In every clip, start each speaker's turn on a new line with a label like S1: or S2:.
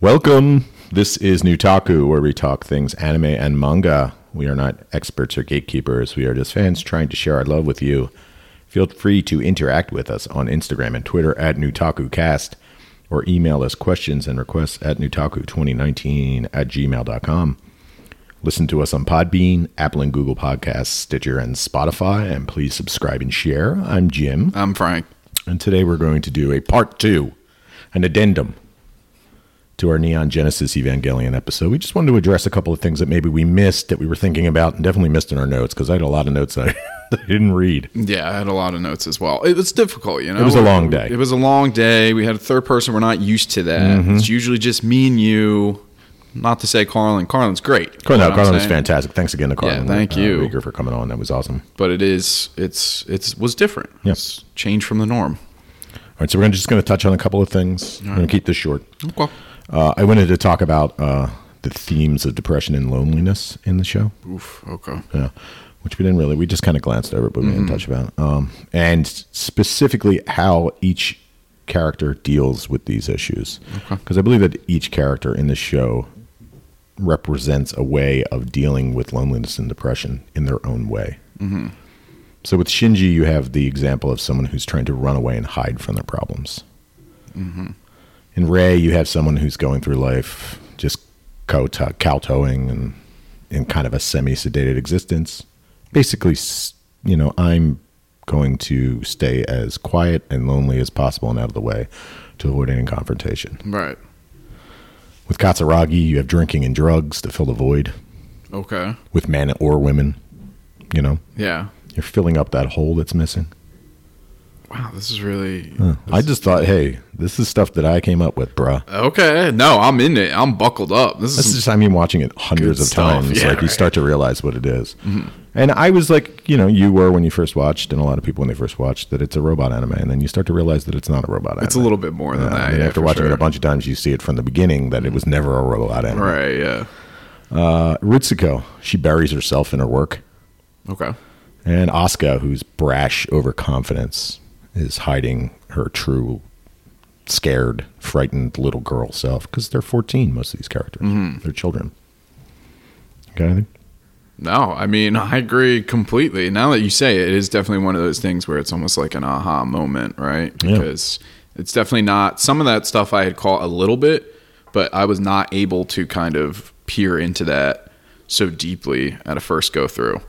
S1: Welcome. This is Nutaku, where we talk things anime and manga. We are not experts or gatekeepers. We are just fans trying to share our love with you. Feel free to interact with us on Instagram and Twitter at NutakuCast or email us questions and requests at Nutaku2019 at gmail.com. Listen to us on Podbean, Apple and Google Podcasts, Stitcher, and Spotify, and please subscribe and share. I'm Jim,
S2: I'm Frank.
S1: and today we're going to do a part two, an addendum to our Neon Genesis Evangelion episode. We just wanted to address a couple of things that maybe we missed that we were thinking about and definitely missed in our notes because I had a lot of notes I didn't read.
S2: Yeah, I had a lot of notes as well. It was difficult, you know. It
S1: was a long day. Mm-hmm.
S2: It was a long day. We had a third person. We're not used to that. It's usually just me and you. Not to say Carlin. Carlin's great.
S1: Carl, no,
S2: You know what I'm
S1: Carlin was
S2: saying?
S1: fantastic. Thanks again to Carlin. uh,
S2: thank you.
S1: Rieger, for coming on. That was awesome.
S2: But it is. It's it's was different.
S1: Yeah.
S2: It's changed from the norm.
S1: All right, so we're gonna, just going to touch on a couple of things. I'm going to keep this short.
S2: Okay.
S1: Uh, I wanted to talk about uh, the themes of depression and loneliness in the show.
S2: Oof. Okay.
S1: yeah, which we didn't really. We just kind of glanced over, it, but we didn't touch about. it. Um, and specifically how each character deals with these issues, because I believe that each character in the show represents a way of dealing with loneliness and depression in their own way. So with Shinji, you have the example of someone who's trying to run away and hide from their problems. In Ray, you have someone who's going through life just kowto- kowtowing and in kind of a semi sedated existence. Basically, s- you know, I'm going to stay as quiet and lonely as possible and out of the way to avoid any confrontation.
S2: Right.
S1: With Katsuragi, you have drinking and drugs to fill the void
S2: Okay.
S1: with men or women. You know,
S2: Yeah.
S1: you're filling up that hole that's missing.
S2: Wow. This is really.
S1: I just thought, hey, this is stuff that I came up with, bruh.
S2: Okay. No, I'm in it. I'm buckled up. This is.
S1: This is just, I mean, watching it hundreds
S2: Good
S1: of
S2: stuff.
S1: times,
S2: Yeah, Mm-hmm.
S1: like you
S2: right.
S1: start to realize what it is. And I was like, you know, you were when you first watched, and a lot of people when they first watched that it's a robot anime, and then you start to realize that it's not a robot.
S2: it's a little bit more than
S1: I
S2: that.
S1: mean,
S2: yeah,
S1: after
S2: for
S1: watching it
S2: sure. Mm-hmm.
S1: a bunch of times, you see it from the beginning that it was never a robot anime.
S2: Right. Yeah.
S1: Uh, Ritsuko, she buries herself in her work,
S2: Okay.
S1: and Asuka, whose brash overconfidence is hiding her true, scared, frightened little girl self because they're fourteen. Most of these characters,
S2: Mm-hmm.
S1: they're children. Got anything?
S2: No, I mean, I agree completely. Now that you say it, it is definitely one of those things where it's almost like an aha moment, right?
S1: Yeah.
S2: Because it's definitely not some of that stuff I had caught a little bit, but I was not able to kind of peer into that so deeply at a first go through.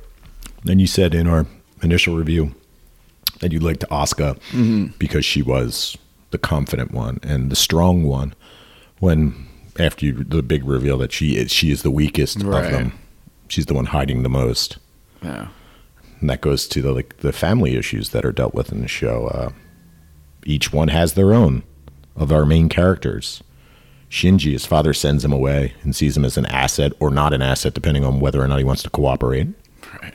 S1: And you said in our initial review that you liked Asuka because she was the confident one and the strong one. When after you, the big reveal that she is she is the weakest of
S2: Right.
S1: them, she's the one hiding the most,
S2: Yeah.
S1: and that goes to the like the family issues that are dealt with in the show. Uh, each one has their own of our main characters. Shinji, his father sends him away and sees him as an asset or not an asset, depending on whether or not he wants to cooperate.
S2: Right.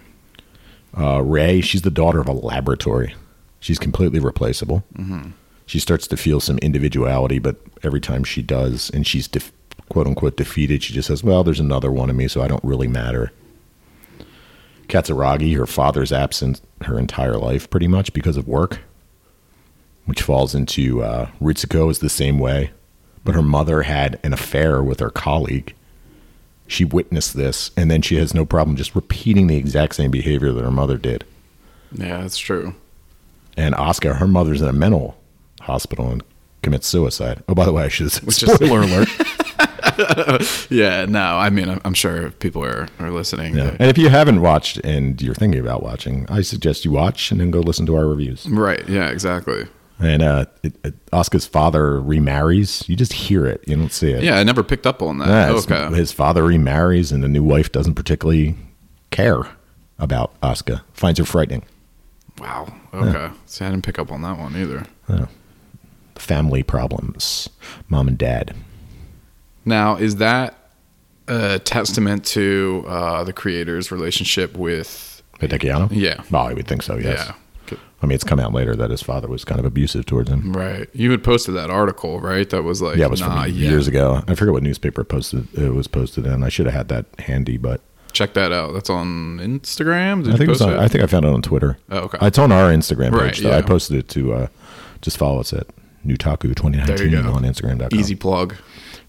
S1: Uh, Ray, she's the daughter of a laboratory. She's completely replaceable. She starts to feel some individuality, but every time she does, and she's def- quote unquote defeated, she just says, Well, there's another one of me, so I don't really matter. Katsuragi, her father's absent her entire life pretty much because of work, which falls into uh, Ritsuko is the same way. But her mother had an affair with her colleague. She witnessed this, and then she has no problem just repeating the exact same behavior that her mother did.
S2: Yeah, that's true.
S1: And Oscar, her mother's in a mental hospital and commits suicide. Oh, by the way, I should have
S2: Which
S1: said
S2: is-
S1: spoiler alert.
S2: Yeah, no, I mean, I'm, I'm sure if people are, are listening.
S1: Yeah.
S2: they-
S1: And if you haven't watched and you're thinking about watching, I suggest you watch and then go listen to our reviews.
S2: Right. Yeah, exactly.
S1: And uh, it, it, Oscar's father remarries. You just hear it. You don't see it.
S2: Yeah, I never picked up on that.
S1: Yeah, his,
S2: okay.
S1: his father remarries, and the new wife doesn't particularly care about Oscar. Finds her frightening.
S2: wow. Okay. See, I didn't pick up on that one either.
S1: Family problems. Mom and dad.
S2: Now, is that a testament to uh, the creator's relationship with?
S1: Hidekiano?
S2: Yeah.
S1: Well, I Oh, would think so, yes.
S2: Yeah. K-
S1: I mean, it's come out later that his father was kind of abusive towards him.
S2: Right. You had posted that article, right? That was like,
S1: Yeah, it was
S2: nah,
S1: from
S2: yeah.
S1: years ago. I forget what newspaper posted it was posted in. I should have had that handy, but
S2: Check that out. That's on Instagram. Did
S1: I think it
S2: you
S1: was
S2: post
S1: on,
S2: it?
S1: I think I found it on Twitter.
S2: Oh, okay.
S1: It's on our Instagram page.
S2: Right,
S1: though. I
S2: yeah.
S1: posted it to uh, just follow us at Nutaku twenty nineteen
S2: There you go.
S1: on Instagram.com.
S2: Easy plug.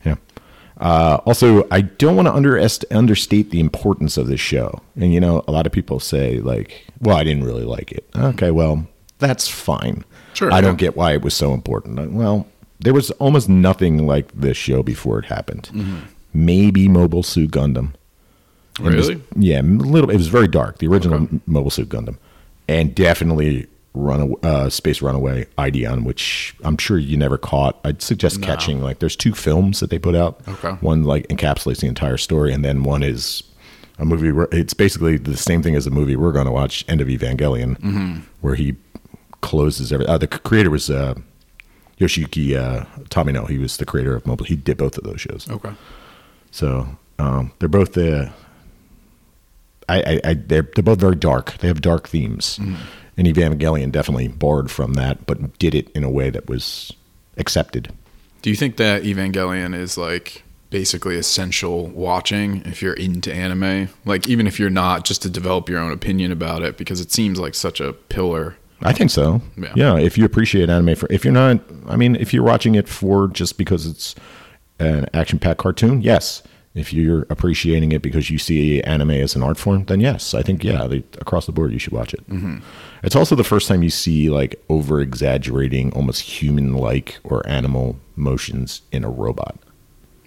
S1: Yeah. Uh, also, I don't want to underest- understate the importance of this show. And you know, a lot of people say like, "Well, I didn't really like it." Okay, well, that's fine.
S2: Sure,
S1: I don't
S2: yeah.
S1: get why it was so important. Uh, Well, there was almost nothing like this show before it happened.
S2: Mm-hmm.
S1: Maybe Mobile Suit Gundam. And it was-
S2: Really?
S1: yeah, a little. It was very dark. The original Mobile Suit Gundam, and definitely Run uh, Space Runaway Ideon, which I'm sure you never caught. I'd suggest catching. Like, there's two films that they put out.
S2: Okay.
S1: One like encapsulates the entire story, and then one is a movie. Where, it's basically the same thing as the movie we're going to watch, End of Evangelion,
S2: Mm-hmm.
S1: where he closes every. Uh, the c- creator was. Uh, Yoshiki uh, Tomino, he was the creator of Mobile. He did both of those shows.
S2: Okay.
S1: So um, they're both the. I, I, I they're they're both very dark. They have dark themes, and Evangelion definitely borrowed from that, but did it in a way that was accepted.
S2: Do you think that Evangelion is like basically essential watching if you're into anime? Like even if you're not, just to develop your own opinion about it because it seems like such a pillar.
S1: I think so.
S2: Yeah.
S1: if you appreciate anime for if you're not, I mean, if you're watching it for just because it's an action-packed cartoon, yes. If you're appreciating it because you see anime as an art form, then yes, I think yeah, they, across the board you should watch it. It's also the first time you see like over-exaggerating, almost human-like or animal motions in a robot.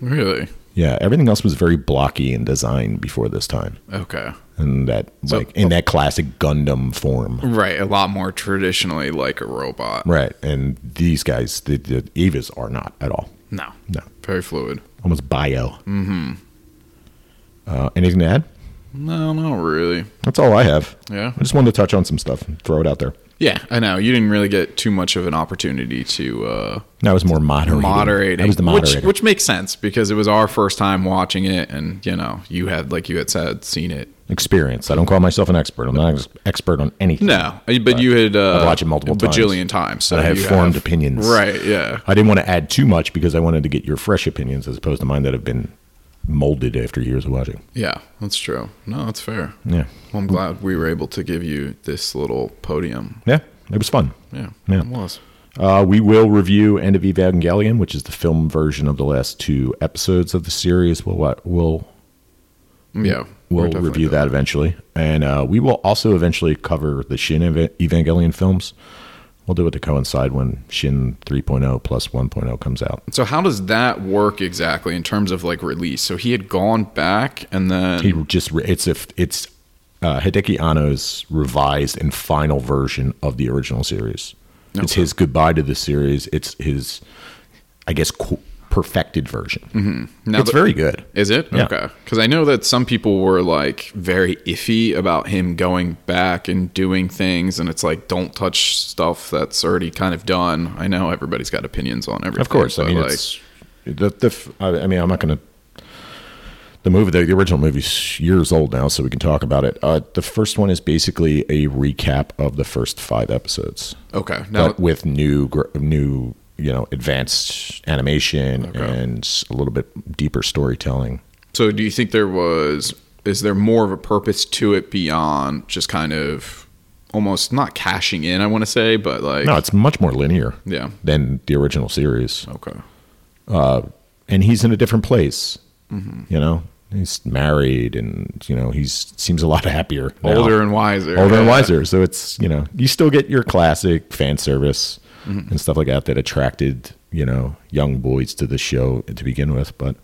S2: Really?
S1: Yeah, everything else was very blocky in design before this time,
S2: Okay.
S1: and that like in that classic Gundam form.
S2: Right, a lot more traditionally like a robot.
S1: Right. And these guys, the, the Evas, are not at all.
S2: No.
S1: No.
S2: Very fluid.
S1: Almost bio. Mm-hmm. Uh, anything to add?
S2: No, not really.
S1: That's all I have.
S2: Yeah.
S1: I just wanted to touch on some stuff and throw it out there.
S2: Yeah, I know. You didn't really get too much of an opportunity to uh
S1: That was more moderating.
S2: moderating.
S1: I was the moderator.
S2: Which, which makes sense because it was our first time watching it and you know, you had like you had said seen it.
S1: Experience. I don't call myself an expert. I'm not an expert on anything.
S2: No. But, you had uh
S1: I've watched it multiple
S2: a
S1: times.
S2: bajillion times. so
S1: I have
S2: you
S1: formed opinions.
S2: Right, yeah.
S1: I didn't want to add too much because I wanted to get your fresh opinions as opposed to mine that have been molded after years of watching.
S2: Yeah, that's true. No, that's fair.
S1: Yeah.
S2: Well, I'm glad we were able to give you this little podium.
S1: Yeah. It was fun.
S2: Yeah.
S1: Yeah.
S2: It was.
S1: Uh, we will review End of Evangelion, which is the film version of the last two episodes of the series. We'll wa- we'll
S2: Yeah. we're
S1: we'll
S2: definitely
S1: review
S2: doing
S1: that eventually, and uh, we will also eventually cover the Shin Eva- Evangelion films. We'll do it to coincide when Shin 3.0 plus 1.0 comes out.
S2: So how does that work exactly in terms of like release? So he had gone back and then
S1: He just re- it's if it's uh, Hideki Anno's revised and final version of the original series. It's
S2: Okay.
S1: his goodbye to the series. It's his, I guess, qu- perfected version.
S2: Mm-hmm. now
S1: It's
S2: that-
S1: very good.
S2: Is it?
S1: Yeah.
S2: Okay. Cuz I know that some people were like very iffy about him going back and doing things and it's like don't touch stuff that's already kind of done. I know everybody's got opinions on everything.
S1: Of course, I
S2: but,
S1: mean
S2: like
S1: it's the the. f- I I mean, I'm not going to. The movie, the, the original movie's years old now, so we can talk about it. Uh, the first one is basically a recap of the first five episodes,
S2: okay. Now
S1: but with new, gr- new, you know, advanced animation and a little bit deeper storytelling.
S2: so do you think there was is there more of a purpose to it beyond just kind of almost not cashing in, I want to say, but like
S1: No, it's much more linear
S2: yeah.
S1: than the original series,
S2: Okay.
S1: and he's in a different place.
S2: Mm-hmm.
S1: You know, he's married, and you know, he's seems a lot happier. now.
S2: older and wiser.
S1: older and
S2: Yeah.
S1: wiser. So it's you know you still get your classic fan service
S2: Mm-hmm.
S1: and stuff like that that attracted you know young boys to the show to begin with, but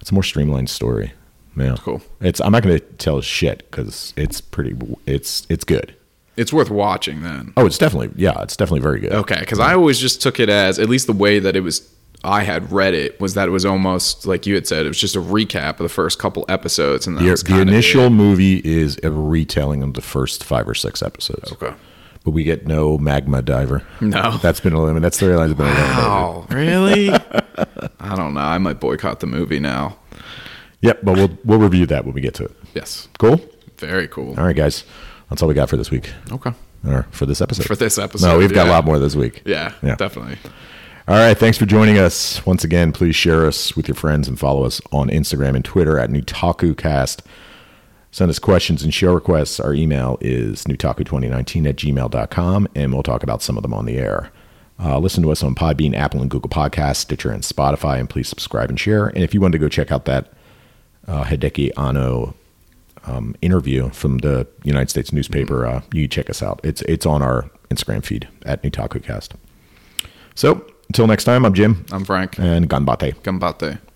S1: it's a more streamlined story. Yeah,
S2: Cool.
S1: It's I'm not going to tell shit because it's pretty. It's it's good.
S2: It's worth watching then.
S1: Oh, it's definitely yeah, it's definitely very good.
S2: Okay, because I always just took it as at least the way that it was. I had read it was that it was almost like you had said it was just a recap of the first couple episodes and that
S1: The,
S2: was
S1: the
S2: kind of
S1: initial
S2: it.
S1: movie is a retelling of the first five or six episodes.
S2: Okay.
S1: But we get no magma diver.
S2: No.
S1: That's been eliminated. That's the line that's been eliminated.
S2: Wow, Oh, really? I don't know. I might boycott the movie now.
S1: Yep, but we'll we'll review that when we get to it.
S2: Yes,
S1: Cool?
S2: very cool.
S1: All right, guys. That's all we got for this week.
S2: Okay,
S1: or for this episode.
S2: for this episode.
S1: no, we've got a
S2: yeah.
S1: lot more this week.
S2: Yeah,
S1: Yeah.
S2: definitely.
S1: All right. Thanks for joining us. Once again, please share us with your friends and follow us on Instagram and Twitter at NewtakuCast. Send us questions and show requests. Our email is newtaku2019 at gmail.com, and we'll talk about some of them on the air. Uh, listen to us on Podbean, Apple, and Google Podcasts, Stitcher, and Spotify. And please subscribe and share. And if you wanted to go check out that uh, Hideki Ano um, interview from the United States newspaper, uh, you check us out. It's it's on our Instagram feed at NutakuCast. So until next time, I'm Jim
S2: I'm Frank.
S1: and Ganbate.
S2: Gambate.